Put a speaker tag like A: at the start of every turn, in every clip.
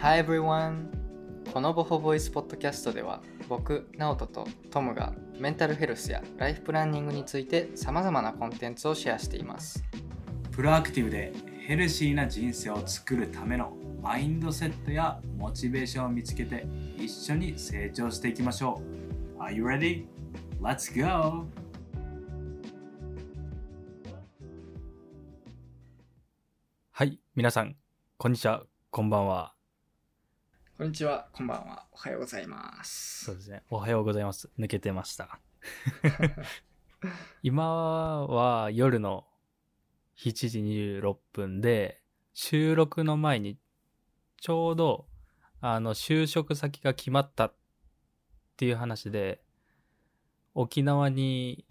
A: Hi everyone! このボホボイスポッドキャストでは僕、ナオトとトムがメンタルヘルスやライフプランニングについてさまざまなコンテンツをシェアしています。
B: プロアクティブでヘルシーな人生を作るためのマインドセットやモチベーションを見つけて一緒に成長していきましょう。Are you ready? Let's go!
C: はい、皆さん、こんにちは、こんばんは。
A: こんにちは、こんばんは、おはようございま
C: そう
A: す。
C: ですね、おはようございます。抜けてました。今は夜の7時26分で、収録の前に、ちょうど、あの、就職先が決まったっていう話で、沖縄に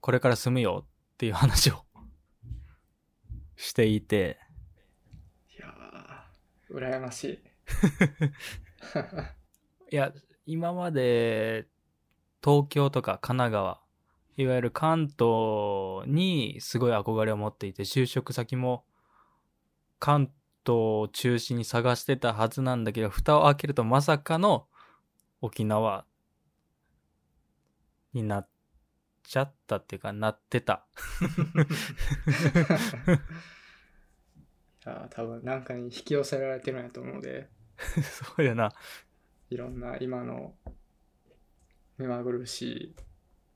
C: これから住むよっていう話を していて、
A: いやー、羨ましい。
C: いや、今まで東京とか神奈川、いわゆる関東にすごい憧れを持っていて、就職先も関東を中心に探してたはずなんだけど、蓋を開けるとまさかの沖縄になっちゃったっていうか、なってた。
A: いやー、多分なんかに引き寄せられてるんやと思うので、
C: そうやな。
A: いろんな今の目まぐるしい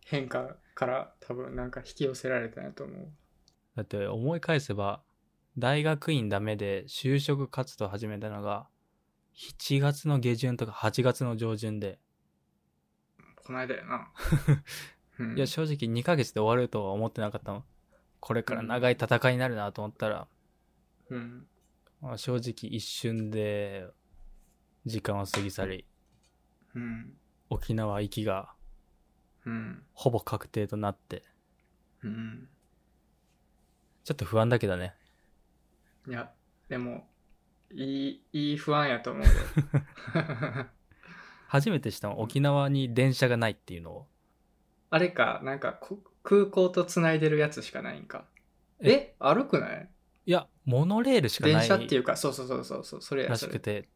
A: 変化から多分なんか引き寄せられたんやと思う。
C: だって思い返せば、大学院ダメで就職活動始めたのが、7月の下旬とか8月の上旬で、
A: この間や な。うん
C: いや正直2ヶ月で終わるとは思ってなかったの。これから長い戦いになるなと思ったら、
A: うん。
C: まあ正直一瞬で時間は過ぎ去り、
A: うん。
C: 沖縄行きが
A: うん。
C: ほぼ確定となって、
A: うん。
C: ちょっと不安だけどね。
A: いや、でも、いい、いい不安やと思うよ。
C: 初めてしたの沖縄に電車がないっていうのを。
A: あれか、なんかこ空港とつないでるやつしかないんか。え
C: え
A: 歩くない
C: いや、モノレールしか
A: 電
C: ない
A: 車っていうか、そうそうそうそう、そうそれや
C: ら
A: そ
C: し
A: れ
C: くて、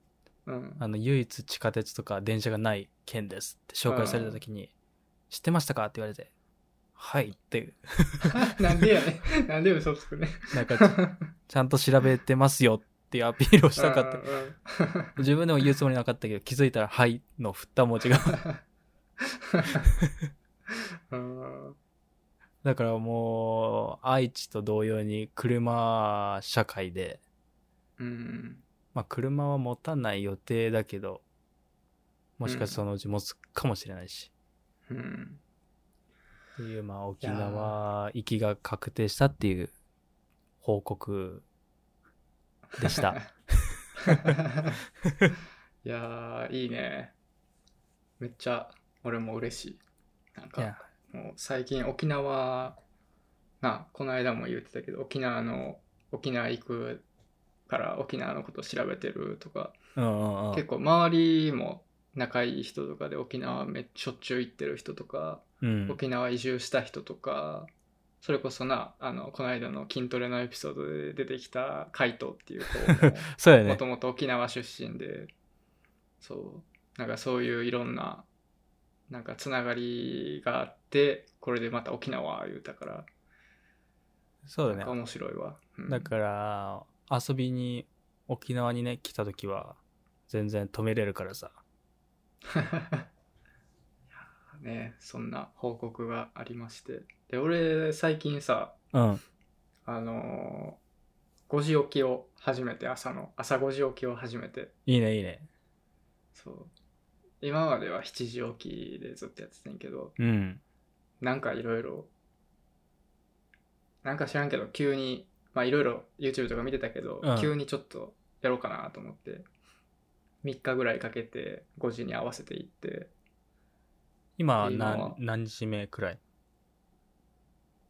A: うん。
C: あの、唯一地下鉄とか電車がない県ですって紹介された時に、知ってましたかって言われて、はいって、
A: なんでやねん。 なんで嘘つくね。
C: なんかち、ちゃんと調べてますよっていうアピールをしたかった。
A: た。
C: 自分でも言うつもりなかったけど、気づいたら、はいの振った文字が。
A: うん。うん
C: だからもう、愛知と同様に車社会で、
A: うん。
C: まあ車は持たない予定だけど、もしかしてそのうち持つかもしれないし。
A: うん。
C: っていう、まあ、沖縄行きが確定したっていう報告でした。。
A: いやー、いいね。めっちゃ、俺も嬉しい。なん
C: いや
A: か、もう最近沖縄、な、この間も言ってたけど、沖縄の、沖縄行くから沖縄のこと調べてるとか、
C: うんうんうん。
A: 結構周りも仲いい人とかで沖縄めっちゃしょっちゅう行ってる人とか、
C: うん、
A: 沖縄移住した人とか、それこそな、あの、この間の筋トレのエピソードで出てきた海斗っていう子も、
C: そうや
A: も
C: ね
A: と。もと沖縄出身で、そう、なんかそういういろんな、なんかつながりがあって、これでまた沖縄言うたから、
C: そ
A: な
C: うだ
A: んか
C: ね。
A: 面白いわ。うん
C: だから、遊びに沖縄にね、来た時は、全然止めれるからさ。
A: ね、そんな報告がありまして。で、俺、最近さ、
C: うん。
A: あのー、5時起きを初めて、朝の、朝5時起きを初めて、
C: いいね、いいね。
A: そう。今までは7時起きでずっとやってたんやけど、
C: うん。
A: なんかいろいろ、なんか知らんけど、急に、まあいろいろ YouTube とか見てたけど、
C: うん
A: 急にちょっとやろうかなと思って、3日ぐらいかけて5時に合わせていって、
C: 今、
A: 今は
C: 何、何日目くらい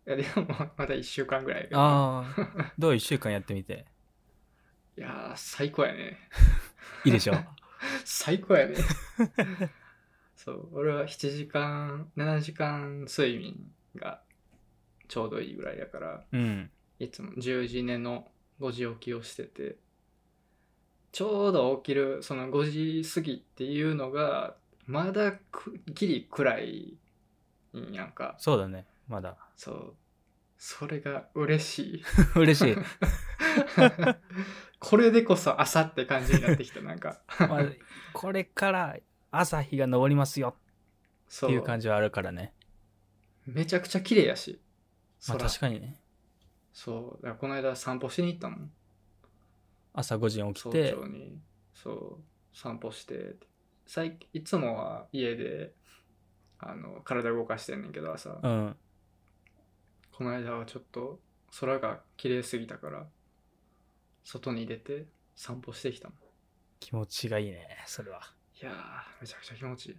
A: いやでも まだ1週間ぐらいやけど
C: ああ、 どう一週間やってみて。
A: いやー、最高やね。
C: いいでしょ
A: 最高や ね。そう、俺は7時間、7時間睡眠がちょうどいいぐらいやから、
C: うん。
A: いつも10時寝の5時起きをしてて、ちょうど起きるその5時過ぎっていうのがまだくギリ暗いんやんか
C: そうだね。まだ。
A: そうそれが嬉しい
C: 嬉しい。
A: これでこそ朝って感じになってきたなんか
C: まあこれから朝日が昇りますよっ
A: そ
C: ていう感じはあるからね。
A: めちゃくちゃ綺麗やし
C: まあ
A: 空
C: 確かにね。
A: そうだからこの間散歩しに行ったもん
C: 朝5時に起き
A: 早
C: て、
A: 朝にそう散歩して最近いつもは家であの体動かしてんねんけど朝、
C: うん。
A: この間はちょっと空が綺麗すぎたから外に出て散歩してきたもん
C: 気持ちがいいね。それは。
A: いやーめちゃくちゃ気持ちいい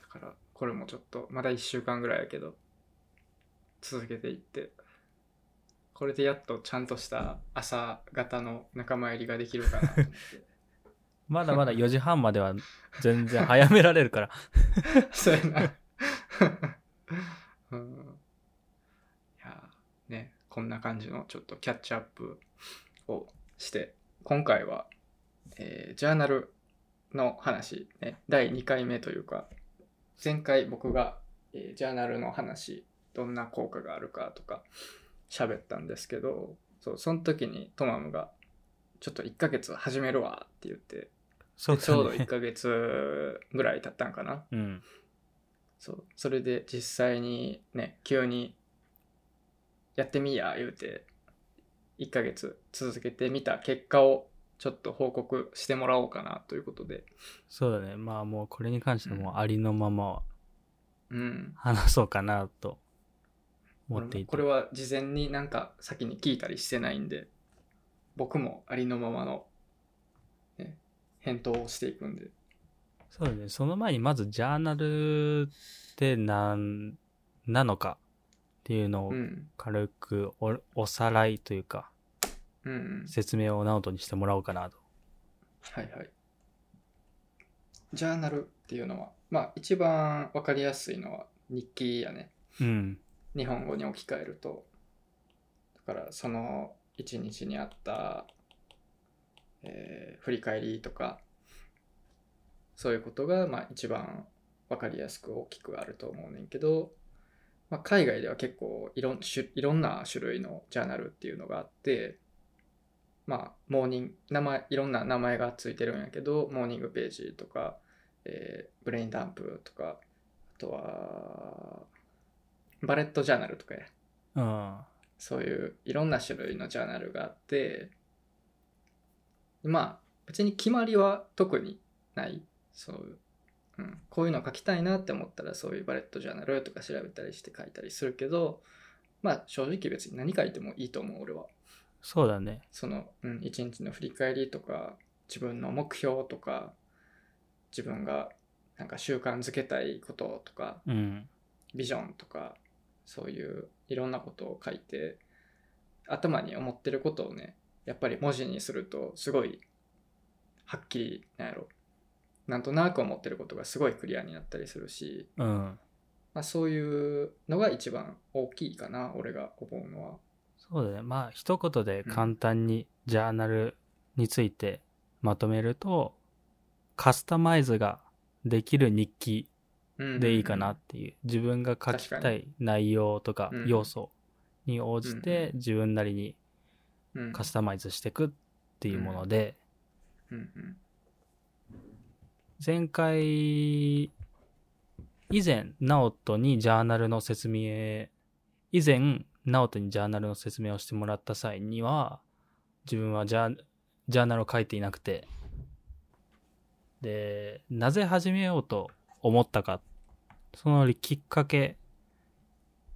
A: だからこれもちょっとまだ1週間ぐらいやけど続けていってこれでやっとちゃんとした朝方の仲間入りができるかなと思って
C: まだまだ4時 半までは全然早められるから。
A: そうやなうんいやーねこんな感じのちょっとキャッチアップをして今回は、えージャーナルの話、ね、第2回目というか前回僕が、えージャーナルの話どんな効果があるかとか喋ったんですけどそうその時にトマムが「ちょっと1ヶ月始めるわ」って言って
C: そう
A: ちょうど
C: だ
A: 1
C: ね。
A: ヶ月ぐらい経ったんかな
C: うん。
A: そうそれで実際にね急にやってみや言うて1ヶ月続けてみた結果をちょっと報告してもらおうかなということで
C: そうだね。まあもうこれに関してもうありのまま
A: うん
C: 話そうかなと思
A: 俺
C: ってい
A: も
C: て。
A: これは事前になんか先に聞いたりしてないんで僕もありのままの、ね、返答をしていくんで
C: そうだね。その前にまずジャーナルってなんなのかっていうのを
A: うん
C: 軽くおおさらいというか
A: うんうん
C: 説明をナオトにしてもらおうかなと。
A: はいはい。ジャーナルっていうのは、まあ一番わかりやすいのは日記やね。
C: うん。
A: 日本語に置き換えると。だからその一日にあった、えー振り返りとか、そういうことが、まあ一番わかりやすく大きくあると思うねんけど、まあ、海外では結構いろん種いろんな種類のジャーナルっていうのがあって、まあ、モーニング名前いろんな名前がついてるんやけどモーニングページとか、えーブレインダンプとかあとはバレットジャーナルとかや
C: うん。
A: そういういろんな種類のジャーナルがあってまあ別に決まりは特にないそう、うん、こういうの書きたいなって思ったらそういうバレットジャーナルとか調べたりして書いたりするけどまあ正直別に何書いてもいいと思う俺は。
C: そうだね。
A: その、うん、一日の振り返りとか自分の目標とか自分がなんか習慣づけたいこととか
C: うん。
A: ビジョンとかそういういろんなことを書いて頭に思ってることをねやっぱり文字にするとすごいはっきりなんやろなんとなく思ってることがすごいクリアになったりするし、
C: うん。
A: まあ、そういうのが一番大きいかな俺が思うのは。
C: そうだね。まあ一言で簡単にジャーナルについてまとめると、カスタマイズができる日記
A: うん
C: でいいかなっていう、自分が書
A: 確
C: き
A: か
C: たい内容とか
A: うん
C: 要素に応じ
A: うん
C: て自分なりに
A: うん
C: カスタマイズしていくっていうもので、
A: うんうん
C: 前回以前直人にジャーナルの説明以前直人にジャーナルの説明をしてもらった際には自分はジャージャーナルを書いていなくてでなぜ始めようと思ったかそのきっかけ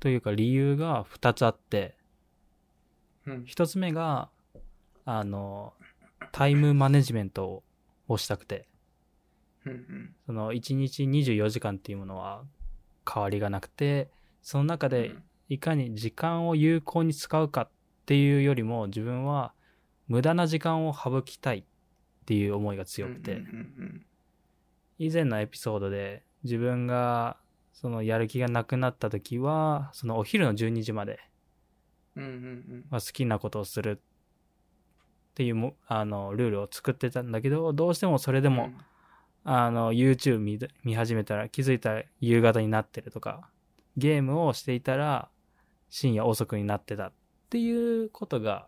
C: というか理由が2つあって
A: うん
C: 1つ目があのタイムマネジメントををしたくて
A: うんうん
C: その1日24時間っていうものは変わりがなくてその中で
A: うん
C: いかに時間を有効に使うかっていうよりも自分は無駄な時間を省きたいっていう思いが強
A: う
C: く
A: ん
C: て
A: うん
C: 以前のエピソードで自分がそのやる気がなくなった時はそのお昼の12時まで
A: うんうんうんうん
C: まあ好きなことをするっていうもあのルールを作ってたんだけどどうしてもそれでも、
A: うん
C: あの YouTube 見見始めたら気づいたら夕方になってるとかゲームをしていたら深夜遅くになってたっていうことが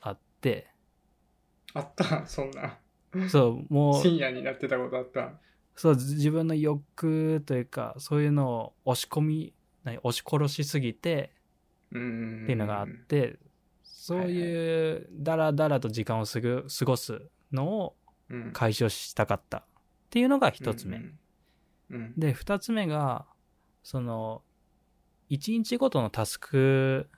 C: あって
A: あったそんな
C: そうもう
A: 深夜になってたことあった
C: そうず自分の欲というかそういうのを押し込み何押し殺しすぎて
A: うん
C: っていうのがあって、そういうダラダラと時間をすぐ過ごすのを
A: うん
C: 解消したかったっていうのが一つ目、
A: うんうん
C: で二つ目がその一日ごとのタスク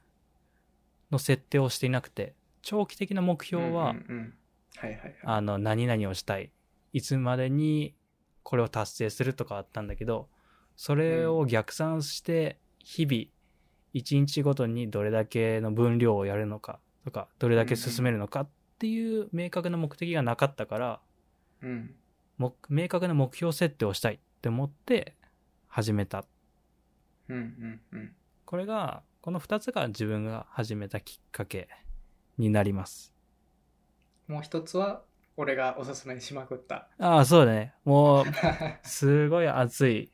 C: の設定をしていなくて長期的な目標は、
A: うんうんうんはいはいはい
C: あの何々をしたいいつまでにこれを達成するとかあったんだけどそれを逆算して日々一日ごとにどれだけの分量をやるのかとかどれだけ進めるのかっていう明確な目的がなかったから
A: うん
C: も明確な目標設定をしたいって思って始めた
A: うんうんうん
C: これがこの2つが自分が始めたきっかけになります
A: もう一つは俺がおすすめしまくった
C: ああそうだねもう
A: は
C: すごい熱い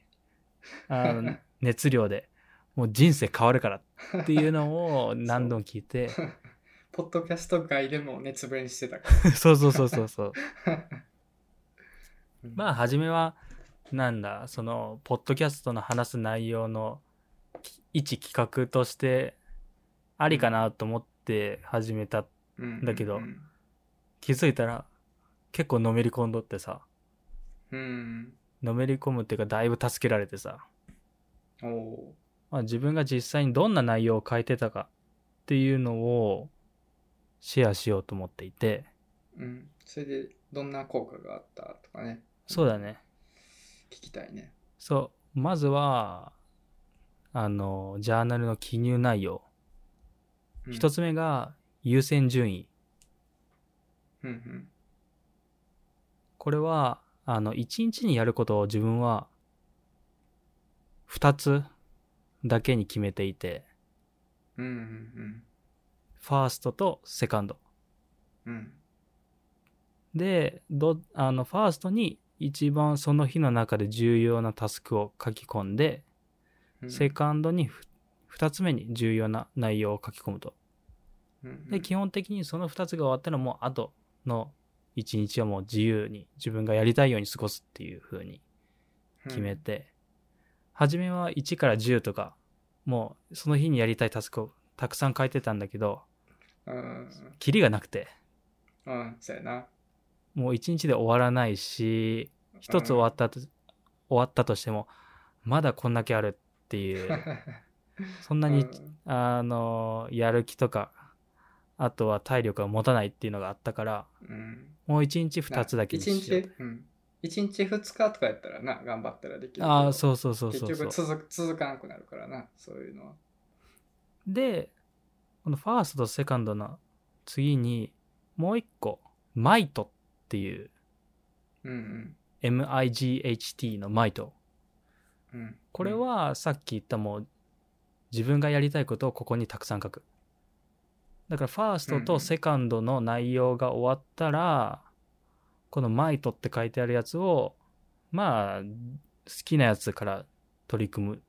C: あ の熱量でもう人生変わるからっていうのを何度も聞いて
A: ポッドキャスト外でも熱弁してたか
C: そうそうそうそうそう
A: ら
C: まあ初めはなんだそのポッドキャストの話す内容のき一企画としてありかなと思って始めた
A: うん
C: だけど
A: うん
C: 気づいたら結構のめり込んどってさ
A: うん
C: のめり込むっていうかだいぶ助けられてさ
A: おお
C: まあ、自分が実際にどんな内容を書いてたかっていうのをシェアしようと思っていて
A: ーうんそれでどんな効果があったとかね
C: そうだね
A: 聞きたいね
C: そうまずはあのジャーナルの記入内容一、つ目が優先順位
A: うんうん
C: これはあの1日にやることを自分は2つだけに決めていて
A: うんうん
C: ファーストとセカンド
A: うんうん
C: でどあのファーストに一番その日の中で重要なタスクを書き込んで、
A: うん
C: セカンドにふ2つ目に重要な内容を書き込むと
A: うんうん
C: で基本的にその2つが終わったらもうあとの1日はもう自由に自分がやりたいように過ごすっていう風に決めて、初めは1から10とかもうその日にやりたいタスクをたくさん書いてたんだけど
A: うんうん
C: キリがなくて
A: うんうんそうやな
C: もう1日で終わらないし一つ終わったと、終わったとしてもまだこんだけあるっていう そんなに、
A: うん
C: あのやる気とかあとは体力が持たないっていうのがあったから
A: うん
C: もう一日二つだけに
A: 一
C: しよう
A: 日、うん、一日二日とかやったらな頑張ったらできるけど
C: ああそうそうそうそう
A: 結
C: そう
A: 局続く続かなくなるからなそういうのは
C: でこのファーストとセカンドの次にもう一個マイトっていう
A: うん
C: MIGHT のマイト
A: うんうん
C: これはさっき言ったもう自分がやりたいことをここにたくさん書く。だからファースト
A: うんう
C: と
A: ん
C: セカンドの内容が終わったら、このマイトって書いてあるやつを、まあ、好きなやつから取り組む。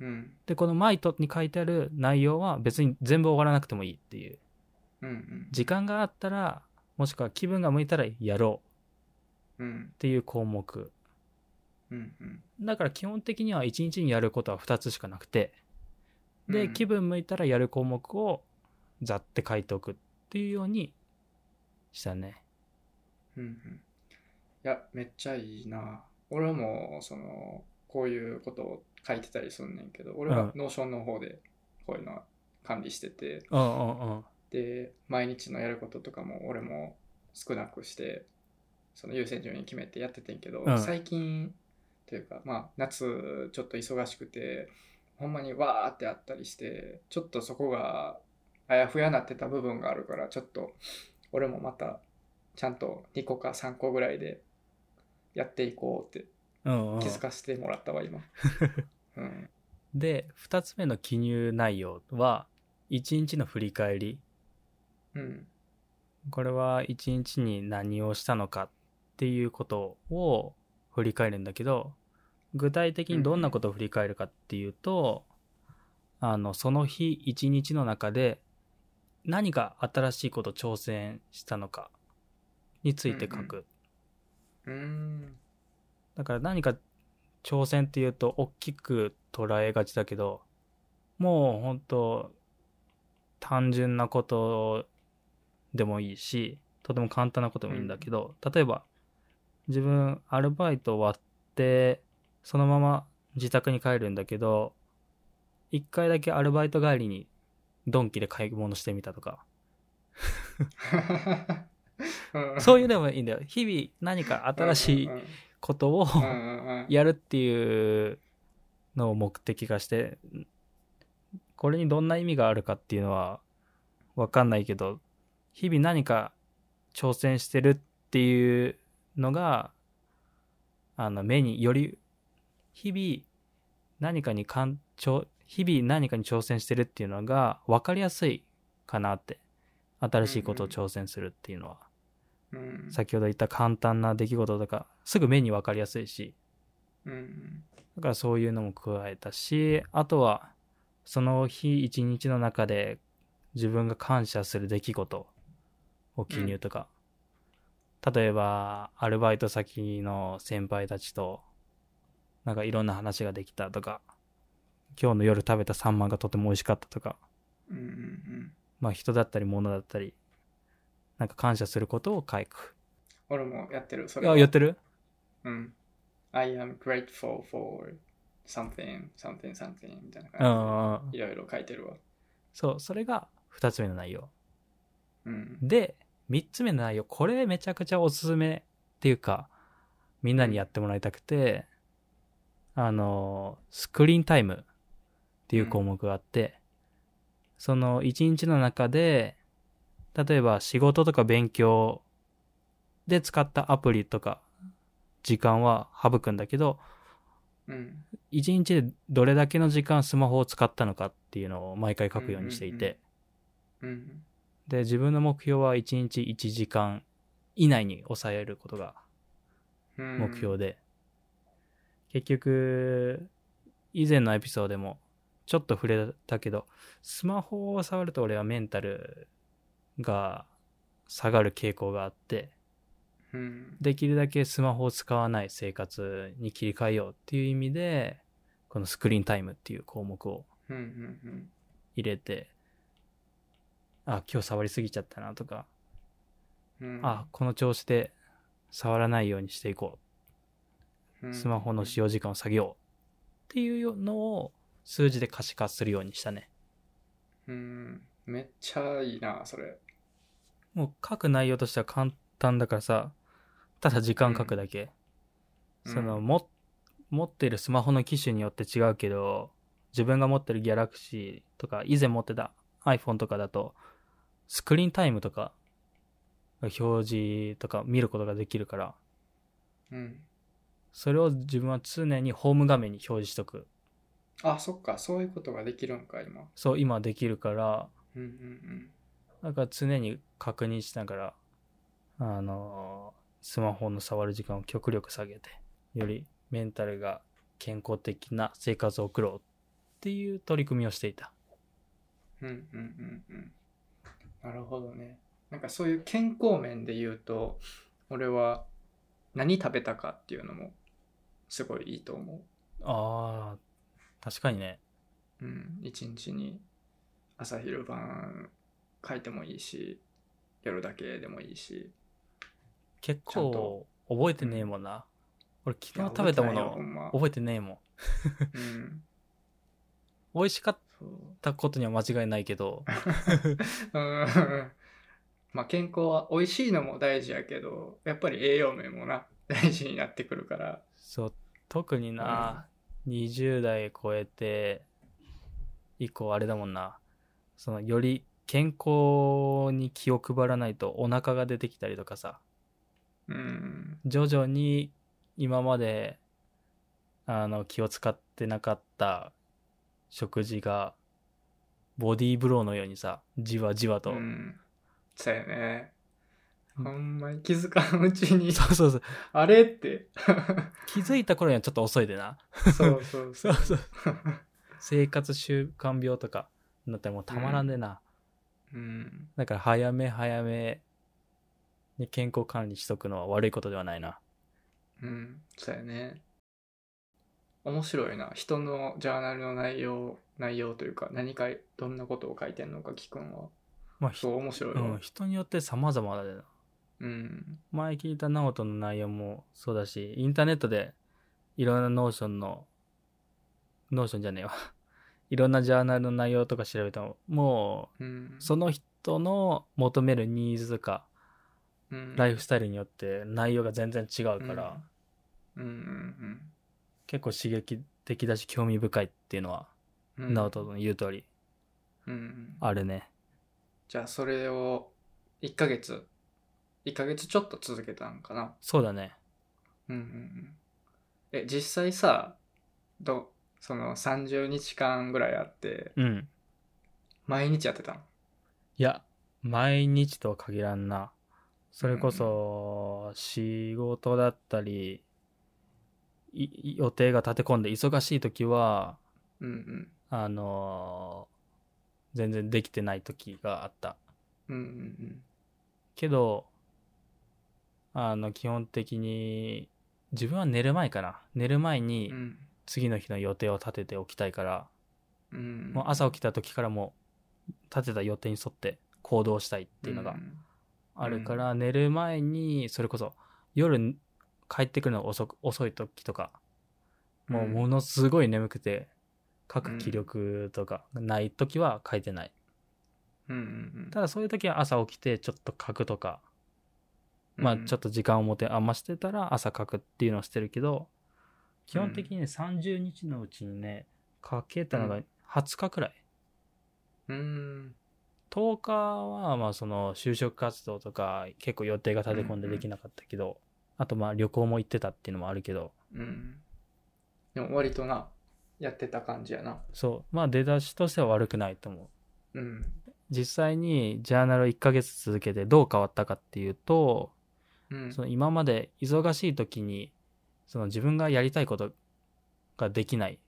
A: うん
C: で、このマイトに書いてある内容は別に全部終わらなくてもいいっていう。
A: うんうん
C: 時間があったら、もしくは気分が向いたらやろう
A: うん
C: っていう項目。
A: うんうん
C: だから基本的には1日にやることは2つしかなくて、で、
A: うん
C: 気分向いたらやる項目をざって書いておくっていうようにしたね。
A: うんうんいやめっちゃいいな俺はもうそのこういうことを書いてたりすんねんけど俺
C: うん
A: はノーションの方でこういうのは管理してて、
C: うんうんうん。
A: で毎日のやることとかも俺も少なくしてその優先順位決めてやっててんけど、
C: うん
A: 最近というかまあ夏ちょっと忙しくてほんまにわーってあったりしてちょっとそこがあやふやなってた部分があるからちょっと俺もまたちゃんと2個か3個ぐらいでやっていこうって
C: うんうん
A: 気づかせてもらったわ 今。うん
C: で、2つ目の記入内容は、1日の振り返り。
A: うん
C: これは一日に何をしたのかっていうことを振り返るんだけど、具体的にどんなことを振り返るかっていうと、あの、その日一日の中で何か新しいこと挑戦したのかについて書く。
A: うーん。
C: だから何か挑戦っていうと大きく捉えがちだけどもう本当単純なことでもいいしとても簡単なことでもいいんだけど、例えば自分アルバイト終わってそのまま自宅に帰るんだけど一回だけアルバイト帰りにドンキで買い物してみたとかそういうのもいいんだよ日々何か新しい
A: うん
C: ことを
A: うんうんうんうん
C: やるっていうのを目的化してこれにどんな意味があるかっていうのは分かんないけど日々何か挑戦してるっていうのがあの目により日々何かにかんちょ日々何かに挑戦してるっていうのが分かりやすいかなって新しいことを挑戦するっていうのは、
A: うん
C: 先ほど言った簡単な出来事とかすぐ目に分かりやすいし
A: うん
C: だからそういうのも加えたし、あとはその日一日の中で自分が感謝する出来事を記入とか、例えばアルバイト先の先輩たちとなんかいろんな話ができたとか、今日の夜食べたサンマがとても美味しかったとか、
A: うんうん
C: まあ人だったり物だったり、なんか感謝することを書く。
A: 俺もやってる、それは。
C: あ、やってる
A: うん。I am grateful for something, something, something みたいな
C: うんう
A: 感
C: んうん
A: じで。いろいろ書いてるわ。
C: そう、それが二つ目の内容。
A: うん。
C: で、3つ目の内容、これめちゃくちゃおすすめっていうか、みんなにやってもらいたくて、あの、スクリーンタイムっていう項目があって、その1日の中で、例えば仕事とか勉強で使ったアプリとか、時間は省くんだけど、
A: うん。
C: 1日でどれだけの時間スマホを使ったのかっていうのを毎回書くようにしていて、
A: うんうんうんうん。
C: で自分の目標は1日1時間以内に抑えることが
A: うん
C: 目標で、結局以前のエピソードでもちょっと触れたけどスマホを触ると俺はメンタルが下がる傾向があって
A: うん。
C: できるだけスマホを使わない生活に切り替えようっていう意味でこのスクリーンタイムっていう項目を
A: うんうん
C: 入れてあ今日触りすぎちゃったなとか
A: うんうん。
C: あこの調子で触らないようにしていこ
A: うん、
C: うスマホの使用時間を下げようっていうのを数字で可視化するようにしたね
A: うん。めっちゃいいな、それ。
C: もう書く内容としては簡単だからさただ時間書くだけ、
A: うん
C: そのも持っているスマホの機種によって違うけど自分が持ってるギャラクシーとか以前持ってた iPhone とかだとスクリーンタイムとか表示とか見ることができるから
A: うん。
C: それを自分は常にホーム画面に表示しとく
A: あ、そっか、そういうことができるんか、今。
C: そう、今できるから、
A: うんうん
C: なんか常に確認しながら、あのースマホの触る時間を極力下げて、よりメンタルが健康的な生活を送ろうっていう取り組みをしていた。
A: うん。うんうんうんうん。なるほどね。なんかそういう健康面で言うと、俺は何食べたかっていうのもすごいいいと思
C: ああ、確かにね。
A: う。うん。一日に朝昼晩書いてもいいし、夜だけでもいいし。
C: 結
A: ちゃんと
C: 構覚えてねえもんな。俺昨日
A: いや
C: 食べたも
A: 覚えてないよほ
C: の
A: んま。
C: 覚えてねえもん。
A: うん。
C: 美味しかっ
A: そう。
C: たことには間違いないけど、
A: うんまあ健康は美味しいのも大事やけどやっぱり栄養面もな大事になってくるから
C: そう特にな、20代超えて以降あれだもんなそのより健康に気を配らないとお腹が出てきたりとかさ
A: うん
C: 徐々に今まであの気を使ってなかった食事がボディーブローのようにさじわじわと
A: うんそうやね
C: うん
A: あんまり気づかんうちに、
C: そうそうそう。
A: あれって。
C: 気づいた頃にはちょっと遅いでな。
A: そうそうそ
C: そう
A: う。
C: そう。生活習慣病とかになったらもうたまらんでな。
A: うん。
C: だから早め早めに健康管理しとくのは悪いことではないな。
A: うん。そうやね。面白いな。人のジャーナルの内容、内容というか、何か、どんなことを書いてんのか聞くんは。
C: まあ、ひ
A: そう、面白いうわ
C: ん、。人によって様々だよな。
A: うん。
C: 前聞いた直人の内容もそうだし、インターネットでいろんなノーションの、ノーションじゃねえわ。 いろんなジャーナルの内容とか調べても、も
A: うん
C: う、その人の求めるニーズとか、
A: うん
C: ライフスタイルによって内容が全然違うから、
A: うんうん
C: 結構刺激的だし興味深いっていうのは、
A: うんうん。
C: 直人の言う通り、
A: うんうん。
C: あるね。
A: じゃあ、それを、1ヶ月、1ヶ月ちょっと続けたんかな。
C: そうだね。
A: うんうんうん。え、実際さ、ど、その30日間ぐらいあって、
C: うん。
A: 毎日やってたの
C: いや、毎日とは限らんな。それこそ、仕事だったり、い予定が立て込んで忙しい時は、
A: うん
C: あのー全然できてない時があった。
A: うん。うんうん
C: けど、あの、基本的に、自分は寝る前かな。寝る前
A: う
C: に
A: ん。うん。
C: 次の日の予定を立てておきたいから、
A: うん。
C: もう朝起きた時からもう立てた予定に沿って行動したいっていうのが
A: ん
C: あるから、寝る前にそれこそ夜帰ってくるのが遅く遅い時とかもうものすごい眠くて書く気力とかない時は書いてない、
A: うんうん
C: ただそういう時は朝起きてちょっと書くとか、まあちょっ
A: と。
C: と時間を持て余してたら朝書くっていうのをしてるけど基本的にね30日のうちにね書けたのが20日くらい、
A: うん。
C: 10日はまあその就職活動とか結構予定が立て込んでできなかったけど、あとまあ旅行も行ってたっていうのもあるけど
A: うん。でも割とな、やってた感じやな。
C: そうまあ出だしとしては悪くないと思う
A: うん。
C: 実際にジャーナルを1ヶ月続けてどう変わったかっていうと
A: うん
C: その今まで忙しい時にその自分がやりたいことができない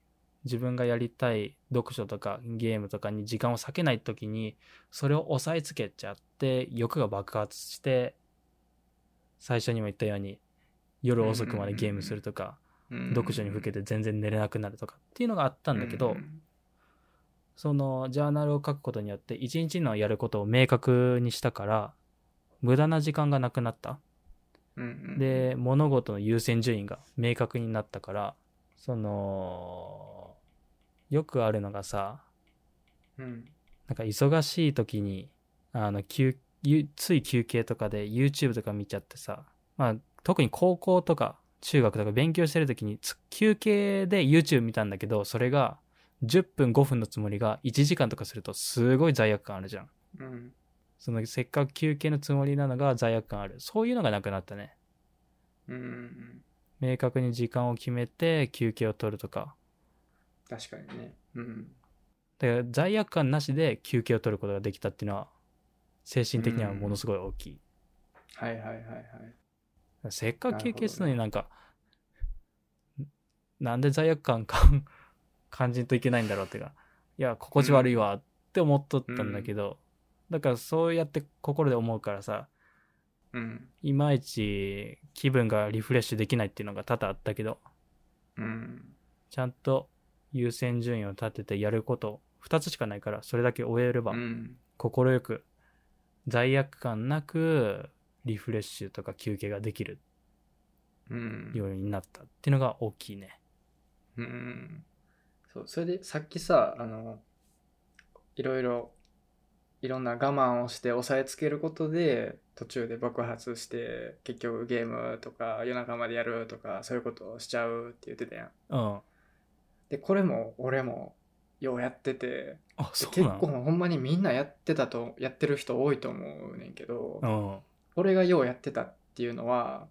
C: 自分がやりたい読書とかゲームとかに時間を割けない時にそれを抑えつけちゃって欲が爆発して最初にも言ったように夜遅くまでゲームするとか読書にふけ
A: て
C: て全然寝れなくなるとかっていうのがあったんだけどそのジャーナルを書くことによって一日のやることを明確にしたから無駄な時間がなくなったで物事の優先順位が明確になったからそのよくあるのがさ
A: うん
C: なんか忙しい時にあの休ゆつい休憩とかで YouTube とか見ちゃってさ、まあ、特に高校とか中学とか勉強してる時につ休憩で YouTube 見たんだけどそれが10分5分のつもりが1時間とかするとすごい罪悪感あるじゃん
A: うん
C: そのせっかく休憩のつもりなのが罪悪感あるそういうのがなくなったね
A: うんうん
C: 明確に時間を決めて休憩を取るとか。
A: 確かにねうん
C: だから罪悪感なしで休憩を取ることができたっていうのは、精神的にはものすごい大きい。
A: はいはいはいはい
C: せっかく休憩するの
A: なるほどね
C: になんか、んなんで罪悪感か感じんといけないんだろうっていうか、いや、心地悪いわって思っとったんだけど、だからそうやって心で思うからさ、
A: うん
C: いまいち気分がリフレッシュできないっていうのが多々あったけど、
A: うん
C: ちゃんと優先順位を立ててやること2つしかないからそれだけ終えれば
A: うん
C: 快く罪悪感なくリフレッシュとか休憩ができる
A: うん
C: ようになったっていうのが大きいね。
A: うんそうそれでさっきさあのいろいろいろんな我慢をして抑えつけることで途中で爆発して結局ゲームとか夜中までやるとかそういうことをしちゃうって言ってたやん
C: うん。
A: でこれも俺もようやってて
C: あ、そう
A: 結
C: な
A: 構ほんまにみんなやってたとやってる人多いと思うねんけど、
C: の
A: 俺がようやってたっていうのは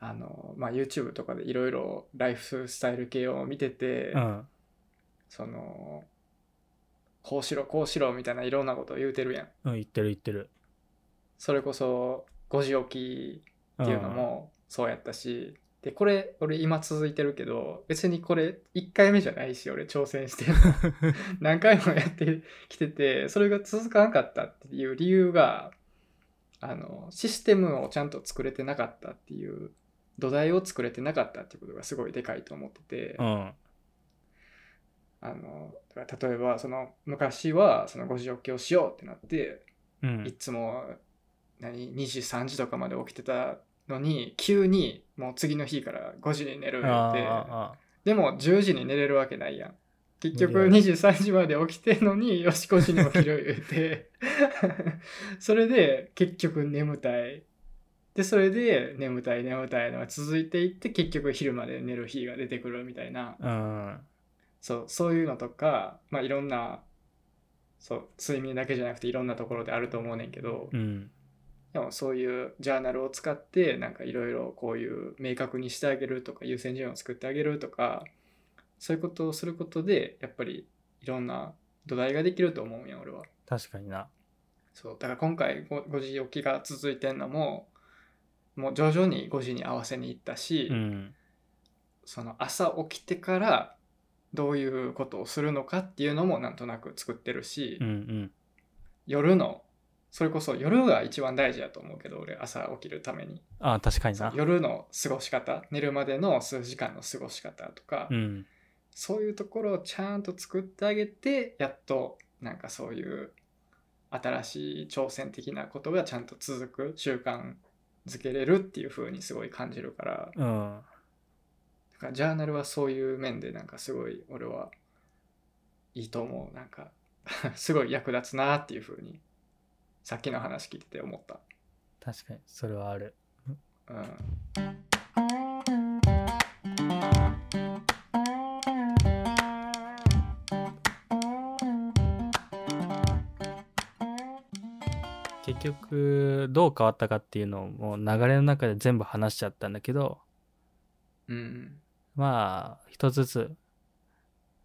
A: あの、まあ、YouTube とかでいろいろライフスタイル系を見てて、
C: うん。うん。
A: そのこうしろこうしろみたいないろんなことを言うてるやん
C: うん、言ってる言ってる。
A: それこそ5時起きっていうのもそうやったし、でこれ俺今続いてるけど別にこれ1回目じゃないし俺挑戦して何回もやってきててそれが続かなかったっていう理由があのシステムをちゃんと作れてなかったっていう土台を作れてなかったっていうことがすごいでかいと思ってて。
C: うん
A: あのだから例えばその昔はその5時起きをしようってなって、
C: う
A: い
C: ん
A: つも何2時3時とかまで起きてたのに急にもう次の日から5時に寝る
C: あ
A: って
C: あ
A: でも10時に寝れるわけないやん結局
C: 無
A: 2時3時まで起きてんのによし5時に起きる言うて それで結局眠たいでそれで眠たい眠たいのが続いていって結局昼まで寝る日が出てくるみたいな
C: あうん
A: そうそういうのとか、まあ、いろんなそう睡眠だけじゃなくていろんなところであると思うねんけど、
C: うん
A: でもそういうジャーナルを使ってなんかいろいろこういう明確にしてあげるとか優先順位を作ってあげるとかそういうことをすることでやっぱりいろんな土台ができると思うんや俺は。
C: 確かにな
A: そうだから今回 5, 時起きが続いてんのももう徐々に5時に合わせに行ったし、
C: うん
A: その朝起きてからどういうことをするのかっていうのもなんとなく作ってるし、
C: うんうん
A: 夜のそれこそ夜が一番大事だと思うけど俺朝起きるために
C: ああ確かにな
A: 夜の過ごし方寝るまでの数時間の過ごし方とか、
C: うん
A: そういうところをちゃんと作ってあげてやっとなんかそういう新しい挑戦的なことがちゃんと続く習慣づけれるっていう風にすごい感じるから
C: うん
A: だからジャーナルはそういう面でなんかすごい俺はいいと思うなんか すごい役立つなっていう風にさっきの話聞いてて思った、
C: 確かにそれはある
A: うん、
C: 結局どう変わったかっていうのをもう流れの中で全部話しちゃったんだけど
A: うん
C: まあ一つずつ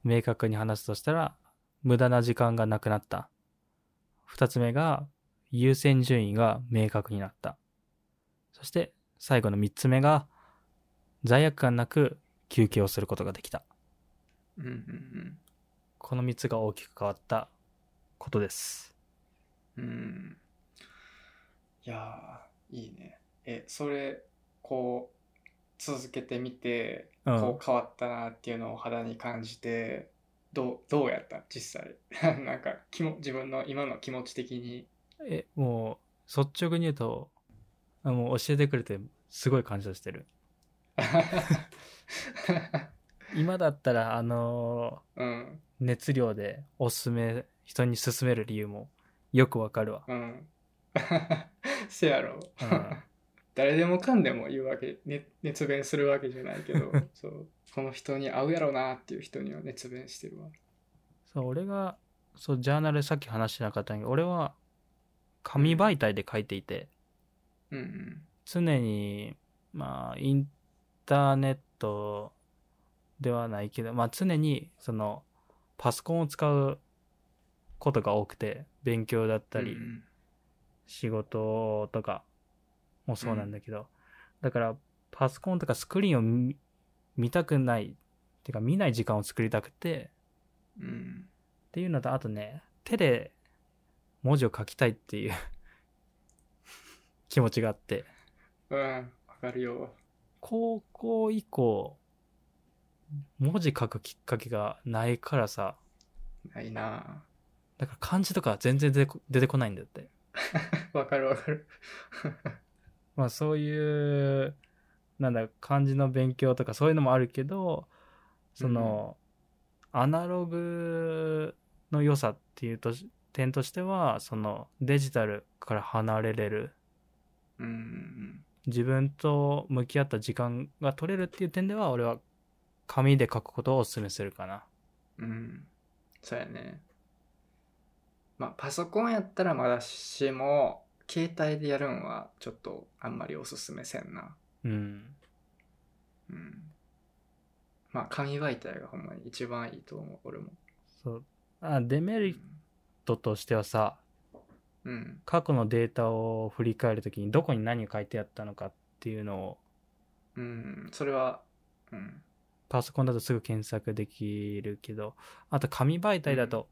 C: 明確に話すとしたら無駄な時間がなくなった二つ目が優先順位が明確になったそして最後の三つ目が罪悪感なく休憩をすることができた
A: うんうんうん
C: この三つが大きく変わったことです
A: うんいやーいいねえそれこう続けてみて
C: うん
A: こう変わったなっていうのを肌に感じて、どうどうやった実際 なんか気も自分の今の気持ち的 に
C: えもう率直に言うとあもう教えてくれてすごい感謝してる今だったらあの
A: うん
C: ー熱量でおすすめ人に勧める理由もよくわかるわ
A: うんせやろ、
C: うん
A: 誰でもかんでも言うわけ、ね、熱弁するわけじゃないけどそうこの人に合うやろなっていう人には熱弁してるわ
C: そう俺がそうジャーナルさっき話してなかったんだけど俺は紙媒体で書いていて
A: うんうん
C: 常にまあインターネットではないけどまあ常にそのパソコンを使うことが多くて勉強だったり、
A: うん
C: 仕事とかもそうなんだけど、だからパソコンとかスクリーンを見見たくないっていうか見ない時間を作りたくて
A: うんうん
C: っていうのとあとね手で文字を書きたいっていう 気持ちがあって
A: うんわかるよ
C: 高校以降文字書くきっかけがないからさ
A: ないな
C: だから漢字とか全然出てこ出てこないんだって
A: ぁわかるわかる
C: まあそういうなんだ漢字の勉強とかそういうのもあるけどその、アナログの良さっていうとし点としてはそのデジタルから離れれる
A: うんうん
C: 自分と向き合った時間が取れるっていう点では俺は紙で書くことをお勧めするかな
A: うんうんそうやねまあパソコンやったらまだしも携帯でやるんはちょっとあんまりおすすめせんな
C: うん
A: うんまあ紙媒体がほんまに一番いいと思う俺も
C: そうあデメリットとしてはさ
A: うん。
C: 過去のデータを振り返るときにどこに何が書いてあったのかっていうのを
A: うん。それは、うん。
C: パソコンだとすぐ検索できるけどあと紙媒体だと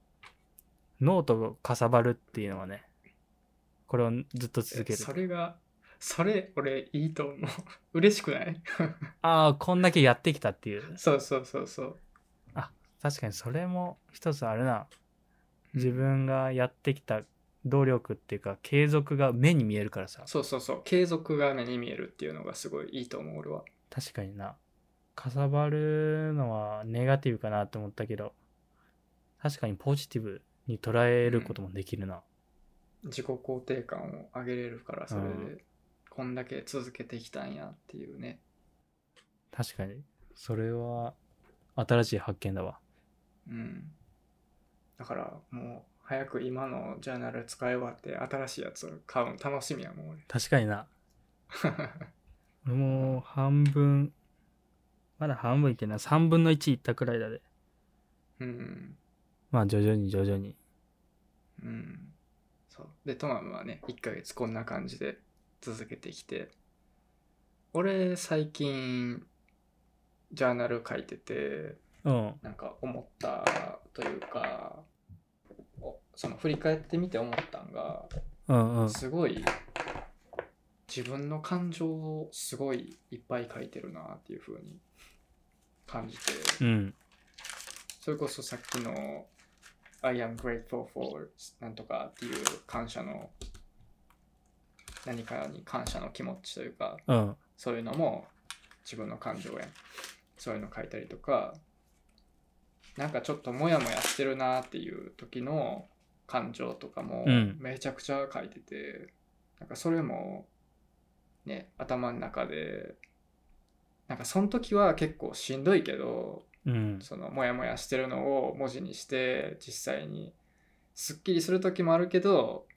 C: ノートがかさばるっていうのはねこれをずっと続け
A: え
C: る
A: それが、それ、俺、いいと思う。 嬉しくない
C: ああこんだけやってきたっていう
A: そうそうそうそう。
C: 確かにそれも一つあるな自分がやってきた努力っていうか継続が目に見えるからさ
A: そうそうそう。継続が目に見えるっていうのがすごいいいと思う、俺は。
C: 確かになかさばるのはネガティブかなって思ったけど確かにポジティブに捉えることもできるな、
A: 自己肯定感を上げれるから、それ
C: う
A: で、こんだけ続けてきたんやっていうね。
C: 確かにそれは新しい発見だわ
A: うん。だから、もう、早く今のジャーナル使い終わって、新しいやつ買うの楽しみやもん、俺。
C: 確かにな俺も半分まだ半分いってない3分の1いったくらいだで
A: うん。
C: まあ徐々に徐々に
A: うん。そう。で、トマムはね、1ヶ月こんな感じで続けてきて、俺、最近、ジャーナル書いてて、
C: うん
A: なんか思ったというか、おその振り返ってみて思ったんが、
C: うんうん
A: すごい、自分の感情をすごいいっぱい書いてるなっていう風に感じて、
C: うん
A: それこそさっきの I am grateful for なんとかっていう感謝の何かに感謝の気持ちというか
C: うん
A: そういうのも自分の感情やんそういうの書いたりとかなんかちょっとモヤモヤしてるなっていう時の感情とかも
C: うん
A: めちゃくちゃ書いてて、なんかそれもね頭の中でなんかその時は結構しんどいけど
C: うん
A: そのモヤモヤしてるのを文字にして実際にすっきりする時もあるけど、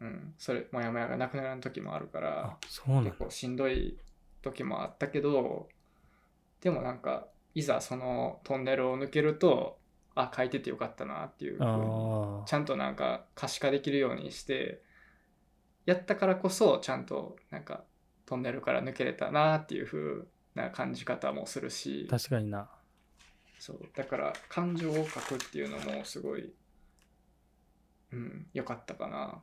A: うん、それモヤモヤがなくなる時もあるから
C: あそうなんだ
A: 結構しんどい時もあったけどでもなんかいざそのトンネルを抜けるとあ書いててよかったなっていう風に
C: あ
A: ちゃんとなんか可視化できるようにしてやったからこそちゃんとなんかトンネルから抜けれたなっていう風な感じ方もするし
C: あ確かにな
A: そうだから感情を書くっていうのもすごいうん良かったかな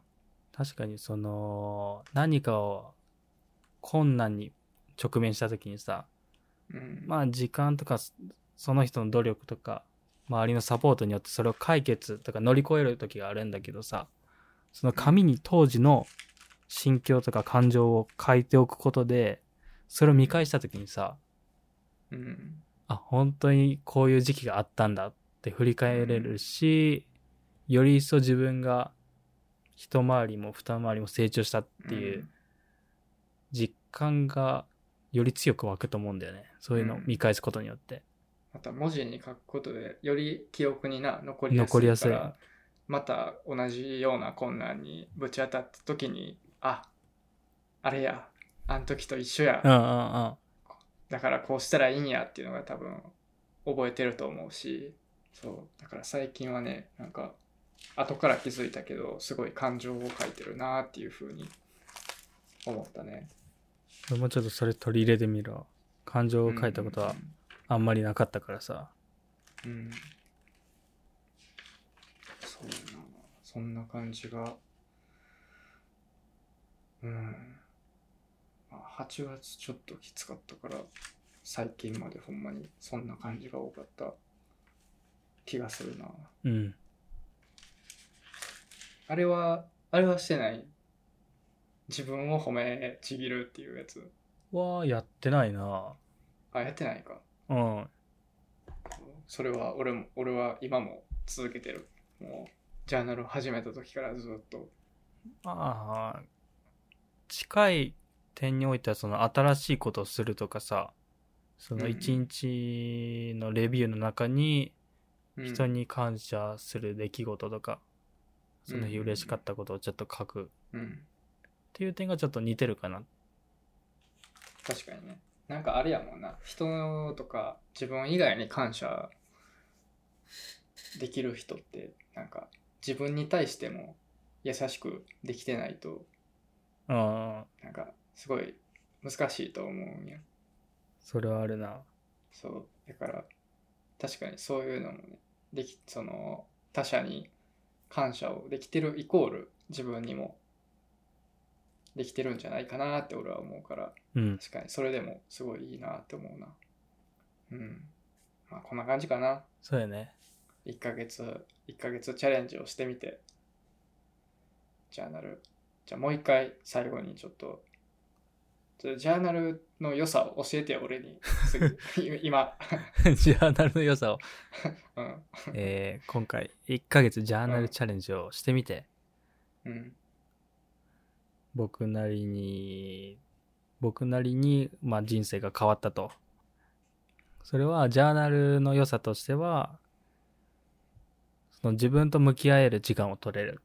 C: 確かにその何かを困難に直面した時にさ
A: うん
C: まあ時間とかそその人の努力とか周りのサポートによってそれを解決とか乗り越える時があるんだけどさその紙に当時の心境とか感情を書いておくことでそれを見返した時にさ
A: うん
C: あ本当にこういう時期があったんだって振り返れるし、より一層自分が一回りも二回りも成長したっていう実感がより強く湧くと思うんだよねそういうのを見返すことによって、
A: また文字に書くことでより記憶にな残りやすい
C: 残りやすい
A: からまた同じような困難にぶち当たった時にああれやあん時と一緒や、
C: うん、うんうん
A: だからこうしたらいいんやっていうのが多分覚えてると思うしそうだから最近はねなんか後から気づいたけどすごい感情を書いてるなっていうふうに思ったね
C: 俺もちょっとそれ取り入れてみるわ感情を書いたことはあんまりなかったからさ
A: うん、うんうんそうやなそんな感じがうん、まあ、8月ちょっときつかったから最近までほんまにそんな感じが多かった気がするな
C: うん
A: あれは、あれはしてない。自分を褒めちぎるっていうやつ。
C: はやってないな
A: あ、やってないか。
C: うん
A: それは俺も、俺は今も続けてる。もう、ジャーナルを始めた時からずっと。
C: まあ近い点においてはその新しいことをするとかさそ
A: うん
C: の
A: うん
C: 一日のレビューの中に
A: うん
C: 人。に感謝する出来事とか、その日嬉しかったことをちょっと書くっ
A: うん。
C: ていう点がちょっと似てるかな
A: 確かにね。なんかあれやもんな。人とか自分以外に感謝できる人って、なんか自分に対しても優しくできてないと
C: ああ、
A: なんかすごい難しいと思うんや
C: それはあるな。
A: そうだから確かにそういうのもねできその他者に感謝をできてるイコール自分にもできてるんじゃないかなって俺は思うから
C: うん。
A: 確かにそれでもすごいいいなって思うなうんまあこんな感じかな
C: そうやね。
A: 1ヶ月1ヶ月チャレンジをしてみてジャーナルじゃあもう一回最後にちょっとちょっとジャーナルの良さを教えてよ俺に すぐ今、
C: ジャーナルの良さ を、
A: うん
C: えー今回1ヶ月ジャーナルチャレンジをしてみて、
A: うん
C: 僕なりに、僕なりに、まあ、人生が変わったと。それはジャーナルの良さとしては、その自分と向き合える時間を取れる。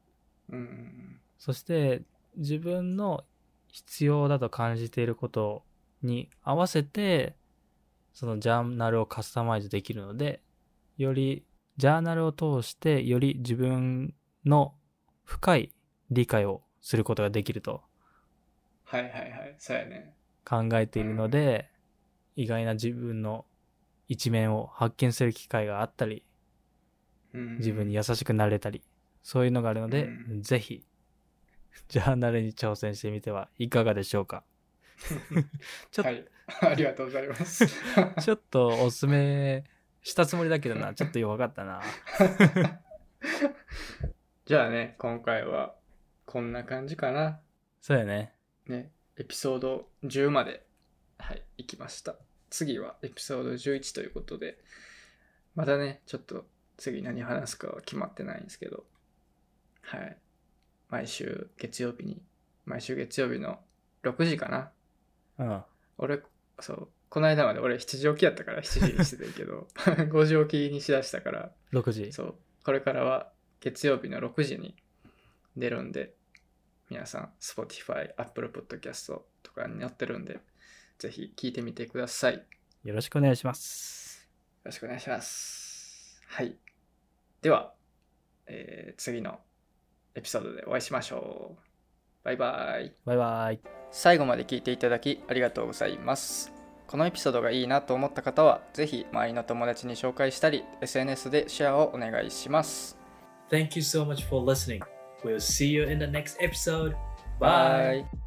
A: うんうん
C: そして自分の必要だと感じていることに合わせてそのジャーナルをカスタマイズできるのでよりジャーナルを通してより自分の深い理解をすることができると
A: はいはいはいそうやね
C: 考えているので、意外な自分の一面を発見する機会があったり
A: うん
C: 自分に優しくなれたり、そういうのがあるので、
A: う
C: ぜひジャーナルに挑戦してみてはいかがでしょう かちょっと、
A: はい ありがとうございます
C: ちょっとおすすめしたつもりだけどなちょっと弱かったな
A: じゃあね今回はこんな感じかな
C: そうやね
A: ね、エピソード10まで、はい、行きました。次はエピソード11ということで、まだね、ちょっと次何話すかは決まってないんですけど、はい。毎週月曜日に、毎週月曜日の6時かな。
C: うん
A: 俺、そう、この間まで俺7時起きやったから7時にしてたけど、5時 起きにしだしたから、
C: 6時
A: そう、これからは月曜日の6時に出るんで、皆さん、Spotify、Apple Podcast とかに載ってるんで、ぜひ聞いてみてください。よ
C: よろしくお願いします
A: ろしくお願いします。はい。では、えー次のエピソードでお会いしましょう。バイバイ。
C: バイバイ
A: 最後まで聞いていただきありがとうございますこのエピソードがいいなと思った方はぜひ周りの友達に紹介したり SNS でシェアをお願いします
B: Thank you so much for listening. We'll see you in the next episode.
A: バイ